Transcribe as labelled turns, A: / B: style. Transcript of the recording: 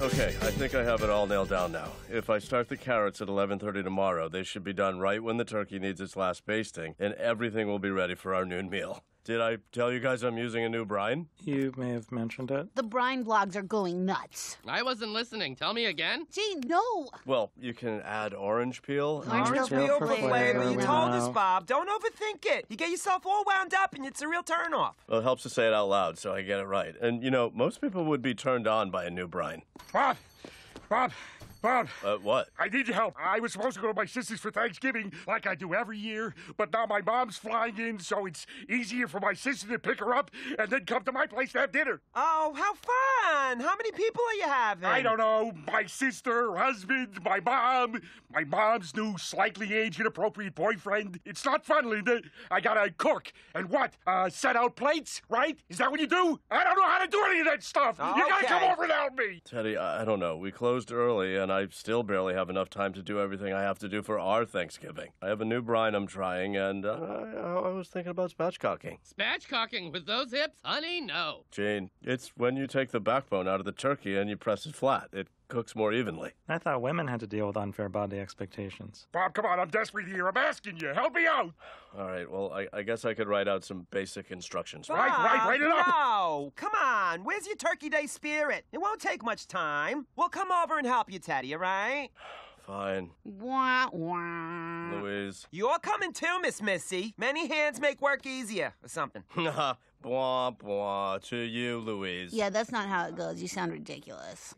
A: Okay, I think I have it all nailed down now. If I start the carrots at 11:30 tomorrow, they should be done right when the turkey needs its last basting, and everything will be ready for our noon meal. Did I tell you guys I'm using a new brine?
B: You may have mentioned it.
C: The brine blogs are going nuts.
D: I wasn't listening. Tell me again.
C: Gee, no.
A: Well, you can add orange peel.
C: Orange
E: Orange
C: peel
E: peel
C: for
E: for
C: flavor,
E: flavor. You
C: wow.
E: told us, Bob. Don't overthink it. You get yourself all wound up, and it's a real turnoff.
A: Well, it helps to say it out loud so I get it right. And you know, most people would be turned on by a new brine.
F: Bob, Bob, Bob,
A: Uh, what?
F: I need your help. I was supposed to go to my sister's for Thanksgiving, like I do every year, but now my mom's flying in, so it's easier for my sister to pick her up and then come to my place to have dinner.
E: Oh, how fun! How many people are you having?
F: I don't know, my sister, husband, my mom, my mom's new slightly age inappropriate boyfriend. It's not fun, Linda. I gotta cook and what? Uh, set out plates, right? Is that what you do? I don't know how to do any of that stuff. You
E: Okay.
F: gotta come over and help me.
A: Teddy, I, I don't know. We closed early, and I still barely have enough time to do everything I have to do for our Thanksgiving. I have a new brine I'm trying, and uh, I, I was thinking about spatchcocking.
D: Spatchcocking with those hips, honey? No.
A: Jane, it's when you take the backbone out of the turkey and you press it flat. It cooks more evenly.
B: I thought women had to deal with unfair body expectations.
F: Bob, come on, I'm desperate here. I'm asking you. Help me out.
A: All right, well, I, I guess I could write out some basic instructions.
E: Bob,
F: Right, right, right it up.
E: No, come on. Where's your Turkey Day spirit? It won't take much time. We'll come over and help you, Teddy. All right?
A: Fine,
C: Wah, wah.
A: Louise.
E: You're coming too, Miss Missy. Many hands make work easier, or something.
A: blah, blah, to you, Louise.
C: Yeah, that's not how it goes. You sound ridiculous.